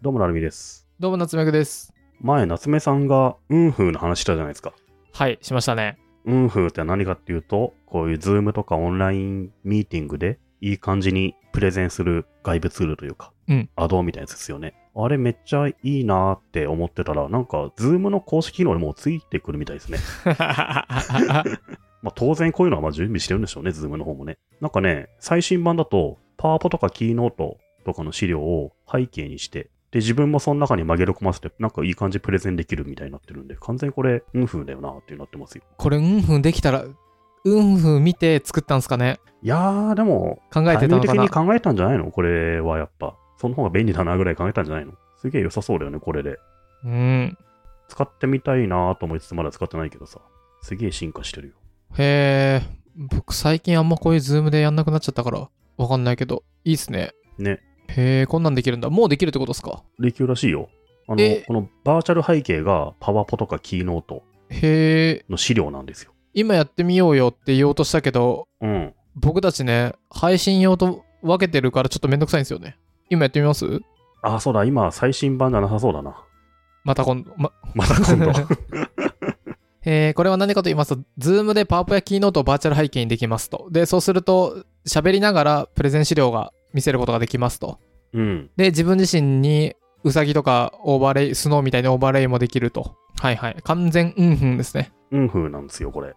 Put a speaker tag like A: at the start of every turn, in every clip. A: どうもなるみです。
B: どうも、夏目くです。
A: 前、夏目さんが、運風の話したじゃないですか。
B: はい、しましたね。
A: 運風って何かっていうと、こういうズームとかオンラインミーティングで、いい感じにプレゼンする外部ツールというか、
B: うん
A: アドオンみたいなやつですよね。あれめっちゃいいなーって思ってたら、なんか、ズームの公式機能にもうついてくるみたいですね。まあ、当然こういうのはまあ準備してるんでしょうね、ズームの方もね。なんかね、最新版だと、パワポとかキーノートとかの資料を背景にして、で、自分もその中に紛れ込ませて、なんかいい感じプレゼンできるみたいになってるんで、完全にこれ、運風だよなっていうなってますよ。
B: これ、うんふんできたら、うんふん見て作ったんすかね
A: いやー、でも、
B: 考え
A: タ
B: て
A: イミ
B: た
A: ン
B: の
A: グ
B: か
A: 的
B: な
A: に考えたんじゃないのこれはやっぱ。その方が便利だなぐらい考えたんじゃないのすげえ良さそうだよね、これで。
B: うん。
A: 使ってみたいなと思いつつまだ使ってないけどさ。すげえ進化してるよ。
B: へえ、僕、最近あんまこういうズームでやんなくなっちゃったから、わかんないけど、いいっすね。
A: ね。
B: へえ、こんなんできるんだ。もうできるってことっすか
A: できるらしいよ。あの
B: え、
A: このバーチャル背景がパワポとかキーノート
B: へえ、
A: の資料なんですよ。
B: 今やってみようよって言おうとしたけど、
A: うん。
B: 僕たちね、配信用と分けてるからちょっとめんどくさいんですよね。今やってみます
A: あ、そうだ、今、最新版じゃなさそうだな。
B: また今度、ま、
A: また今度。
B: えーこれは何かと言いますと、Zoom でパワポやキーノートをバーチャル背景にできますと。で、そうすると、喋りながらプレゼン資料が見せることができますと。
A: うん。
B: で、自分自身にウサギとかオーバーレイ、スノーみたいなオーバーレイもできると。はいはい。完全うんふんですね。
A: うんふうなんですよ、これ。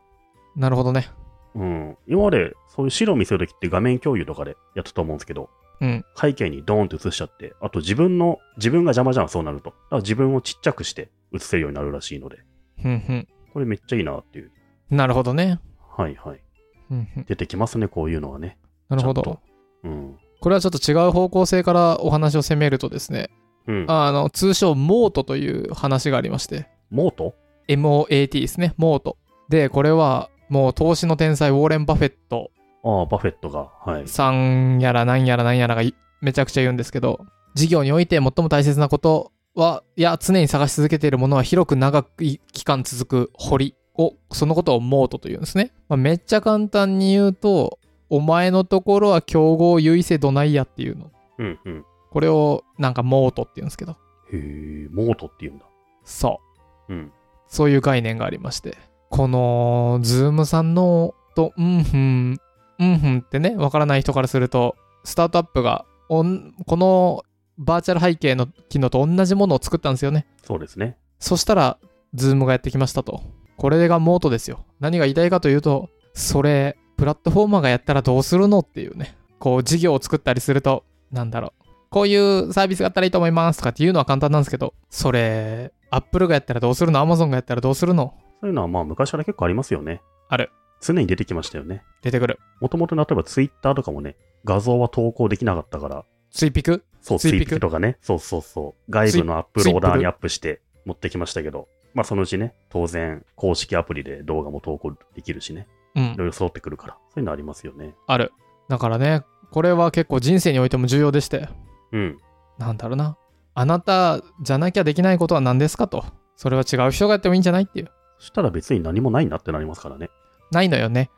B: なるほどね。
A: うん。今まで、そういう資料見せるときって画面共有とかでやったと思うんですけど、
B: うん。
A: 背景にドーンと映しちゃって、あと自分の、自分が邪魔じゃん、そうなると。だから自分をちっちゃくして映せるようになるらしいので、
B: ふんふん。
A: これめっちゃいいなっていう。
B: なるほどね。
A: はいはい。
B: ふんふん。
A: 出てきますね、こういうのはね。
B: なるほ
A: ちゃん
B: ど
A: と。うん。
B: これはちょっと違う方向性からお話を攻めるとですね、
A: うん。
B: あの、通称、モートという話がありまして。
A: モート
B: MOAT ですね、モート。で、これはもう投資の天才ウォーレン・バフェット
A: ああ、バフェットが。はい。
B: さんやらなんやらなんやらがいめちゃくちゃ言うんですけど、事業において最も大切なことは、いや、常に探し続けているものは広く長くい期間続く堀を、そのことをモートというんですね。まあ、めっちゃ簡単に言うと、お前のところは競合優位性どないやっていうの。
A: うんうん。
B: これをなんかモートって言うんですけど、
A: へえ、モートって言うんだ。
B: そう。
A: うん。
B: そういう概念がありまして。この、ズームさんの、と、うんふん、うんふんってね、わからない人からすると、スタートアップが、おんこのバーチャル背景の機能と同じものを作ったんですよね。
A: そうですね。
B: そしたら、ズームがやってきましたと。これがモートですよ。何が言いたいかというと、それ、プラットフォーマーがやったらどうするのっていうね。こう、事業を作ったりすると、なんだろう。こういうサービスがあったらいいと思いますとかっていうのは簡単なんですけど、それ、アップルがやったらどうするのアマゾンがやったらどうするの
A: そういうのはまあ昔から結構ありますよね。
B: ある。
A: 常に出てきましたよね。
B: 出てくる。
A: もともと例えばツイッターとかもね、画像は投稿できなかったから、
B: ツイピク
A: そう、ツ
B: ツ
A: イ
B: イピ
A: ピ
B: ク
A: クとかね、そうそうそう、外部のアップローダーにアップして持ってきましたけど、まあそのうちね、当然、公式アプリで動画も投稿できるしね、
B: う
A: い
B: ん、
A: ろいろ揃ってくるから、そういうのありますよね。
B: ある。だからね、これは結構人生においても重要でして、
A: うん、
B: なんだろうな。あなたじゃなきゃできないことは何ですかと。それは違う人がやってもいいんじゃないっていう。
A: そしたら別に何もないなってなります からね。
B: ないのよね。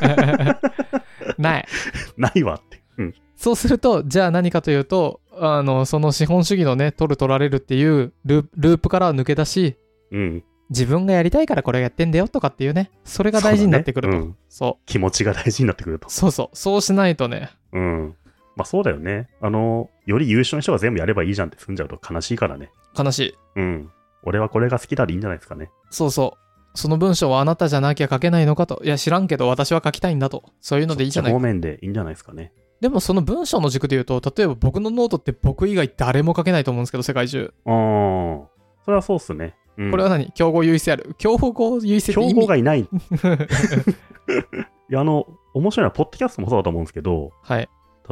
B: ない。
A: ないわって。うん、
B: そうすると、じゃあ何かというと、あの、その資本主義のね、取る取られるっていうルーループからは抜け出し、
A: うん。
B: 自分がやりたいからこれやってんだよとかっていうね、それが大事になってくる
A: そ
B: と。
A: うだねうん
B: そう
A: 気持ちが大事になってくると。
B: そうそう。そうしないとね、
A: うん。まあそうだよね。あの、より優秀な人が全部やればいいじゃんって済んじゃうと悲しいからね。
B: 悲しい。
A: うん。俺はこれが好きだでいいんじゃないですかね。
B: そうそう。その文章はあなたじゃなきゃ書けないのかと。いや、知らんけど私は書きたいんだと。そういうのでいいじゃない
A: 方
B: か。
A: 面でいいんじゃないですかね。
B: でもその文章の軸で言うと、例えば僕のノートって僕以外誰も書けないと思うんですけど、世界中。
A: うーん。それはそうっすね。うん、
B: これは何競合優位性ある。競合優位性って
A: 競
B: 意味
A: 合がい ない。いや、あの、面白いのは、ポッドキャストもそうだと思うんですけど、
B: はい。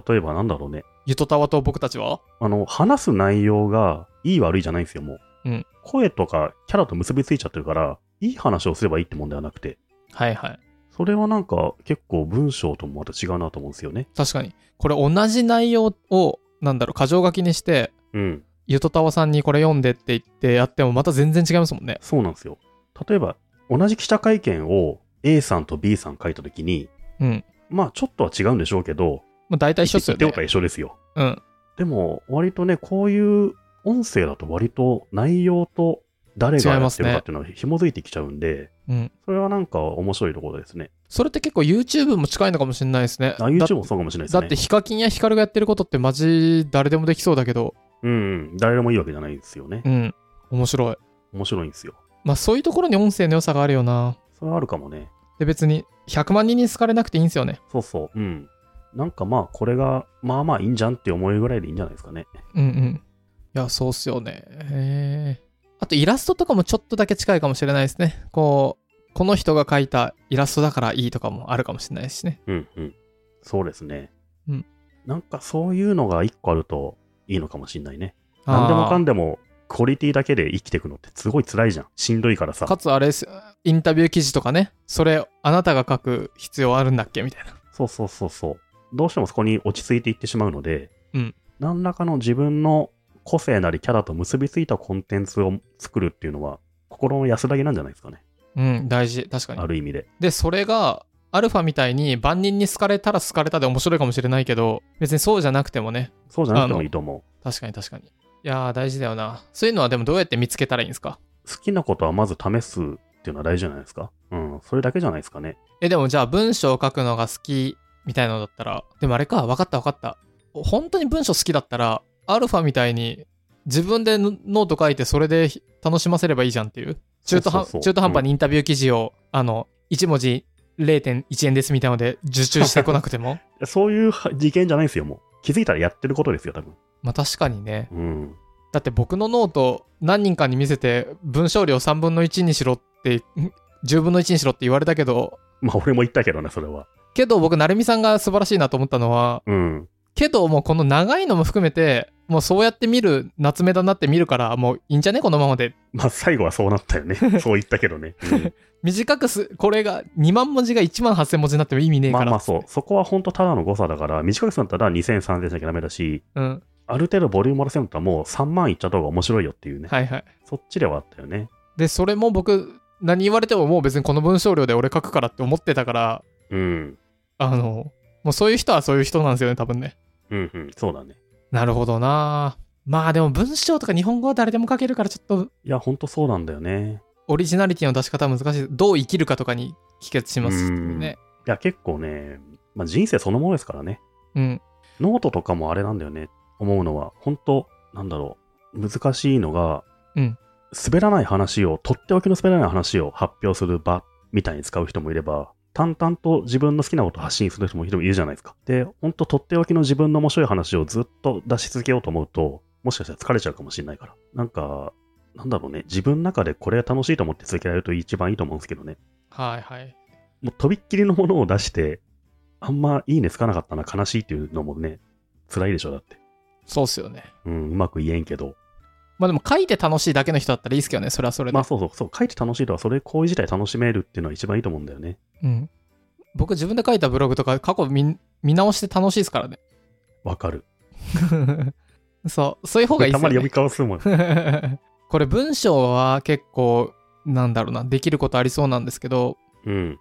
A: 例えばなんだろうね。
B: ゆとたわと僕たちは
A: あの、話す内容がいい悪いじゃないんですよ、もう。
B: うん
A: 声とかキャラと結びついちゃってるから、いい話をすればいいってもんではなくて、
B: はいはい。
A: それはなんか結構文章ともまた違うなと思うんですよね。
B: 確かに。これ同じ内容を、なんだろう、箇条書きにして、
A: うん。
B: ゆとたわさんにこれ読んでって言ってやってもまた全然違いますもんね。
A: そうなんですよ。例えば、同じ記者会見を A さんと B さん書いたときに、
B: うん。
A: まあちょっとは違うんでしょうけど、
B: まあ大体一緒っすよ
A: 言
B: ね
A: って。ことは一緒ですよ。
B: うん。
A: でも、割とね、こういう音声だと割と内容と誰がやってるかっていうのは紐づいてきちゃうんで、
B: うん。
A: それはなんか面白いところですね。
B: それって結構 YouTube も近いのかもしれないですね。
A: あ YouTube も
B: だ
A: そうかもしれないです
B: だ
A: ね。
B: って、ヒカキンやヒカルがやってることってマジ誰でもできそうだけど、
A: うんうん、誰でもいいわけじゃないんですよね
B: う。ん。面白い。
A: 面白いんですよ。
B: まあそういうところに音声の良さがあるよな。
A: それはあるかもね。
B: で別に100万人に好かれなくていいんですよね。
A: そうそう。うん。なんかまあ、これが、まあまあいいんじゃんって思えるぐらいでいいんじゃないですかね。
B: うんうん。いや、そうっすよね。へーあとイラストとかもちょっとだけ近いかもしれないですね。こう、この人が描いたイラストだからいいとかもあるかもしれないしね。
A: うんうん。そうですね。
B: うん。
A: なんかそういうのが一個あるといいのかもしれないね。なんでもかん
B: で
A: でも、クオリティだけで生きていくのってすごい辛いじゃん。しんどいからさ。
B: かつあれですよインタビュー記事とかね、それあなたが書く必要あるんだっけみたいな。
A: そうそうそうそう。どうしてもそこに落ち着いていってしまうので、
B: うん
A: 何らかの自分の個性なりキャラと結びついたコンテンツを作るっていうのは、心の安らぎなんじゃないですかね。
B: うん、大事。確かに
A: あ。る意味で。
B: で、それが、アルファみたいに万人に好かれたら好かれたで面白いかもしれないけど、別にそうじゃなくてもね、
A: そうじゃなくてもいいと思う。
B: 確かに確かに。いやー、大事だよな。そういうのはでもどうやって見つけたらいいんですか
A: 好きなことはまず試すっていうのは大事じゃないですか。うん。それだけじゃないですかね。
B: え、でもじゃあ文章を書くのが好きみたいなのだったら、でもあれか、分かった分かった。本当に文章好きだったら、アルファみたいに自分でノノート書いてそれで楽しませればいいじゃんっていう。中途半
A: そうそうそう
B: 中途半端にインタビュー記事を、あの、1文字0.1円ですみたいなので受注してこなくても。
A: そういうは事件じゃないんですよ、もう。気づいたらやってることですよ、多分。
B: まあ確かにね。
A: うん。
B: だって僕のノート何人かに見せて文章量3分の1にしろって、ん10分の1にしろって言われたけど、
A: まあ、俺も言ったけどね、それは。
B: けど僕、成美さんが素晴らしいなと思ったのは、
A: うん。
B: けどもうこの長いのも含めて、もうそうやって見る、夏目だなって見るから、もういいんじゃねこのままで。
A: まあ、最後はそうなったよ ね。そう言ったけどね。うん
B: 短くす、これが2万文字が1万8000文字になっても意味ねえか
A: まあ
B: ら。
A: まあそう。そこは本当ただの誤差だから、短くするんだったら2000、3000しなきゃダメだし、
B: うん。
A: ある程度ボリュームをらせるんだったらもう3万いっちゃった方が面白いよっていうね。
B: はいはい。
A: そっちではあったよね。
B: で、それも僕、何言われてももう別にこの文章量で俺書くからって思ってたから、
A: うん。
B: あの、もうそういう人はそういう人なんですよね、多分ね。
A: うんうん。そうだね。
B: なるほどなまあでも文章とか日本語は誰でも書けるからちょっと
A: いや、本当そうなんだよね。
B: オリジナリティの出し方は難しいどう生きるかとかに帰結しますね
A: いや、結構ね、まあ、人生そのものですからね。
B: うん
A: ノートとかもあれなんだよね。思うのは、本当なんだろう。難しいのが、
B: うん
A: 滑らない話を、とっておきの滑らない話を発表する場みたいに使う人もいれば、淡々と自分の好きなことを発信する人もいるじゃないですか。で、本当とっておきの自分の面白い話をずっと出し続けようと思うと、もしかしたら疲れちゃうかもしれないから。なんか、なんだろうね。自分の中でこれが楽しいと思って続けられると一番いいと思うんですけどね。
B: はいはい
A: もうとびっきりのものを出して、あんまいいねつかなかったな、悲しいっていうのもね、辛いでしょ、だって。
B: そうっすよね
A: うん、うまく言えんけど。
B: まあでも書いて楽しいだけの人だったらいいっすけどねそれはそれで、
A: まあそうそう、そう、書いて楽しいとは、それ行為自体楽しめるっていうのは一番いいと思うんだよね。
B: うん、僕自分で書いたブログとか過去見見直して楽しいですか らね
A: わかる。
B: そうそういう方がいいっ
A: た
B: すよ
A: まに読
B: ね
A: み返すもん。
B: これ文章は結構なんだろうなできることありそうなんですけど
A: うん。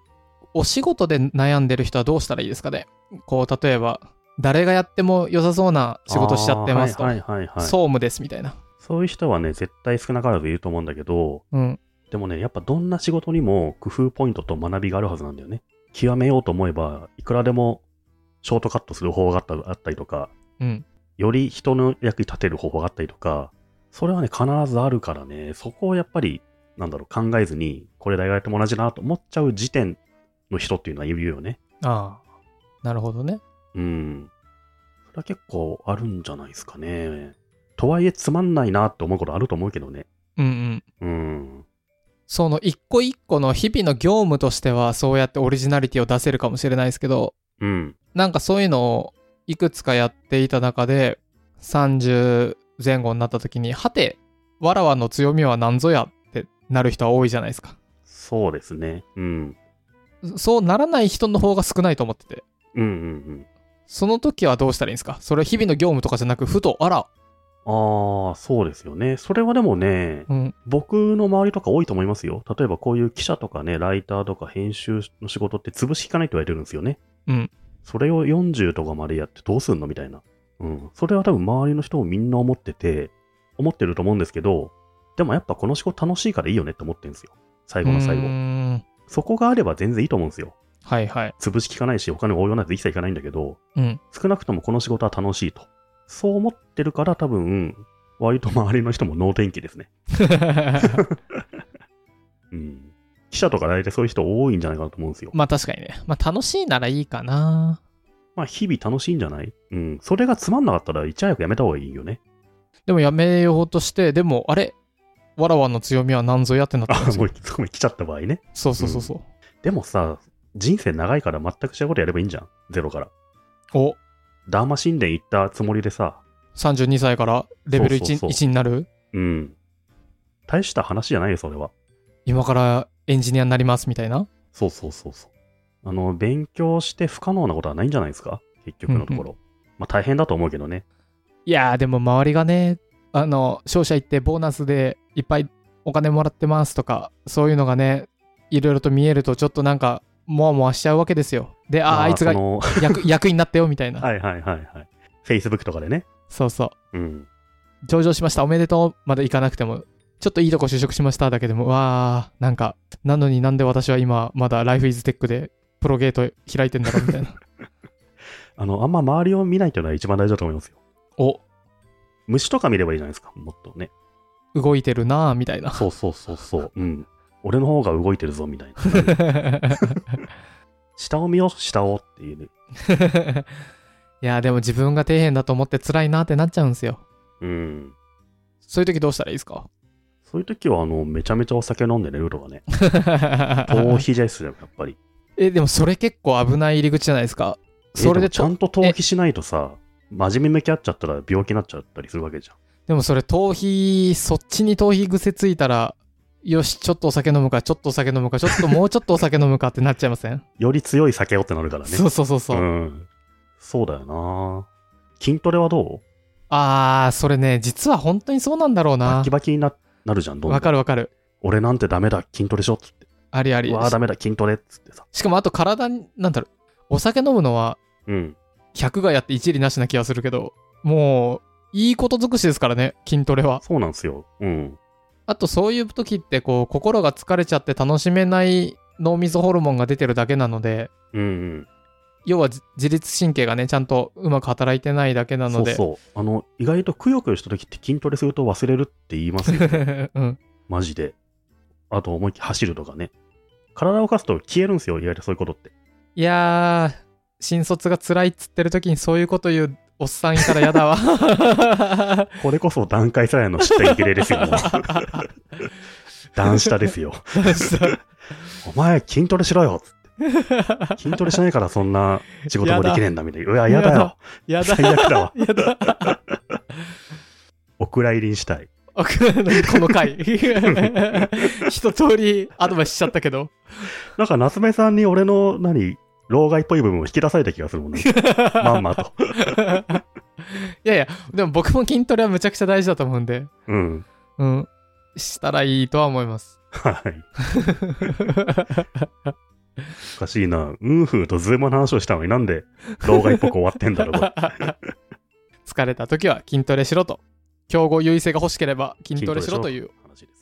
B: お仕事で悩んでる人はどうしたらいいですかねこう例えば誰がやっても良さそうな仕事しちゃってますと、
A: あーはいはいはい、はいそ。
B: 総務ですみたいな
A: ういう人はね、絶対少なからずいると思うんだけど、
B: うん
A: でもね、やっぱどんな仕事にも工夫ポイントと学びがあるはずなんだよね。極めようと思えば、いくらでもショートカットする方法があったあったりとか、
B: うん
A: より人の役に立てる方法があったりとか、それはね、必ずあるからね、そこをやっぱり、なんだろう、考えずに、これ大学やっても同じだなと思っちゃう時点の人っていうのはいるよね。
B: ああなるほどね
A: うん。それは結構あるんじゃないですかね。とはいえ、つまんないなって思うことあると思うけどね。
B: うんう
A: う
B: ん
A: ん。
B: その一個一個の日々の業務としてはそうやってオリジナリティを出せるかもしれないですけど
A: うん。
B: なんかそういうのをいくつかやっていた中で30前後になった時にはてわらわの強みは何ぞやってなる人は多いじゃないですか
A: そうですね。うん。
B: そうならない人の方が少ないと思ってて
A: うんうん
B: その時はどうしたらいいんですかそれは日々の業務とかじゃなく、ふと、あら、
A: うん。ああ、そうですよね。それはでもね、
B: うん、
A: 僕の周りとか多いと思いますよ。例えばこういう記者とかね、ライターとか編集の仕事って潰しきかないと言われてるんですよね。
B: うん。
A: それを40とかまでやってどうすんのみたいな。うん。それは多分周りの人もみんな思ってて、思ってると思うんですけど、でもやっぱこの仕事楽しいからいいよねって思ってるんですよ。最後の最
B: うー
A: 後。
B: ん
A: そこがあれば全然いいと思うんですよ。
B: はいはい。
A: 潰し効かないし、お金を応用なんて一切いかないんだけど、
B: うん。
A: 少なくともこの仕事は楽しいと。そう思ってるから多分、割と周りの人も脳天気ですね。うん。記者とか大体そういう人多いんじゃないかなと思うんですよ。
B: まあ確かにね。まあ楽しいならいいかな。
A: まあ、日々楽しいんじゃないうん。それがつまんなかったら、いち早くやめた方がいいよね。
B: でもやめようとして、でもあれわらわの強みは何ぞやってなったん
A: あ
B: で、す
A: も
B: よ
A: う、そこまで来ちゃった場合ね。
B: そうそうそうそう。
A: でもさ、人生長いから全く違うことやればいいんじゃん。ゼロから。
B: お
A: ダーマ神殿行ったつもりでさ、
B: 32歳からレベル 1,
A: そうそうそう
B: 1になる
A: うん。大した話じゃないよ、それは。
B: 今からエンジニアになりますみたいな。
A: そうそうそうそう。あの、勉強して不可能なことはないんじゃないですか結局のところ。まあ、大変だと思うけどね。
B: いやーでも周りがね、あの、商社行ってボーナスでいっぱいお金もらってますとか、そういうのがね、いろいろと見えるとちょっとなんか、もわもわしちゃうわけですよ。で、あ
A: ま
B: あ、あいつ
A: そ
B: が
A: の
B: 役役になったよみたいな。
A: はいはいはいはい。Facebook とかでね。
B: そうそう。
A: うん。
B: 上場しましたおめでとうまでいかなくてもちょっといいとこ就職しましただけでもうわーなんかなのになんで私は今まだ Life is Tech でプロゲート開いてんだろう みたいな
A: あの、あんま周りを見ないというのは一番大事だと思いますよ。
B: お
A: 虫とか見ればいいじゃないですか。もっとね。
B: 動いてるなーみ たいな
A: そうそうそうそう。うん。俺の方が動いてるぞ、みたいな。 下を見よう、下をっていう、ね。
B: いやーでも自分が底辺だと思って辛いなーってなっちゃうんですよ
A: うん。
B: そういう時どうしたらいいで すか
A: そういう時は、あの、めちゃめちゃお酒飲んで寝るとかね。逃避ですよ、やっぱり。
B: えでもそれ結構危ない入り口じゃないですかそれ
A: え
B: で
A: もちゃ
B: と
A: んと逃避しないとさ、真面目向き合っちゃったら病気になっちゃったりするわけじゃん。
B: でもそれ逃避そっちに逃避癖ついたらよしちょっとお酒飲むかちょっとお酒飲むかちょっともうちょっとお酒飲むかってなっちゃいません、
A: より強い酒をってなるからね。
B: そうそうそうそう、
A: ん。そうだよな筋トレはどう
B: あーそれね実は本当にそうなんだろう
A: バ
B: な
A: キバキにななるじゃん、どんど
B: わ
A: ん
B: かるわかる
A: 俺なんてダメだ、筋トレしようっつって。
B: ありあり
A: うわあ、ダメだ、筋トレっつってさ。
B: しかもあと体になんだろうお酒飲むのは
A: うん。
B: 100がやって一理なしな気がするけどもういいこと尽くしですからね筋トレは
A: そうなんですよ。うん。
B: あとそういう時ってこう心が疲れちゃって楽しめない脳みそホルモンが出てるだけなので
A: うんうん。
B: 要はじ自律神経がねちゃんとうまく働いてないだけなので
A: そうそうあの意外とくよくよした時って筋トレすると忘れるって言います よ
B: うん、
A: マジであと思いっきり走るとかね体を動かすと消えるんですよ意外とそういうことって
B: いやー新卒が辛いっつってる時にそういうこと言うおっさんいたらや だわ
A: これこそ段階さえの知った激励です よもう段下ですよお前筋トレしろよ筋トレしないからそんな仕事もできねえんだみたいなうわやだよ
B: やだ
A: 最悪だわ
B: やだ
A: お蔵入りにしたい
B: あこの 回一通りアドバイスしちゃったけど
A: なんか夏目さんに俺の何老害っぽい部分を引き出された気がするもんねまんまと
B: いやいやでも僕も筋トレはむちゃくちゃ大事だと思うんで
A: うん
B: うんしたらいいとは思います
A: はいおかしいな。うんふーとズームの話をしたのになんで動画っぽく終わってんだろうこ れ。
B: 疲れた時は筋トレしろと競合優位性が欲しければ筋トレしろと
A: 筋
B: いう
A: トレしろと話です。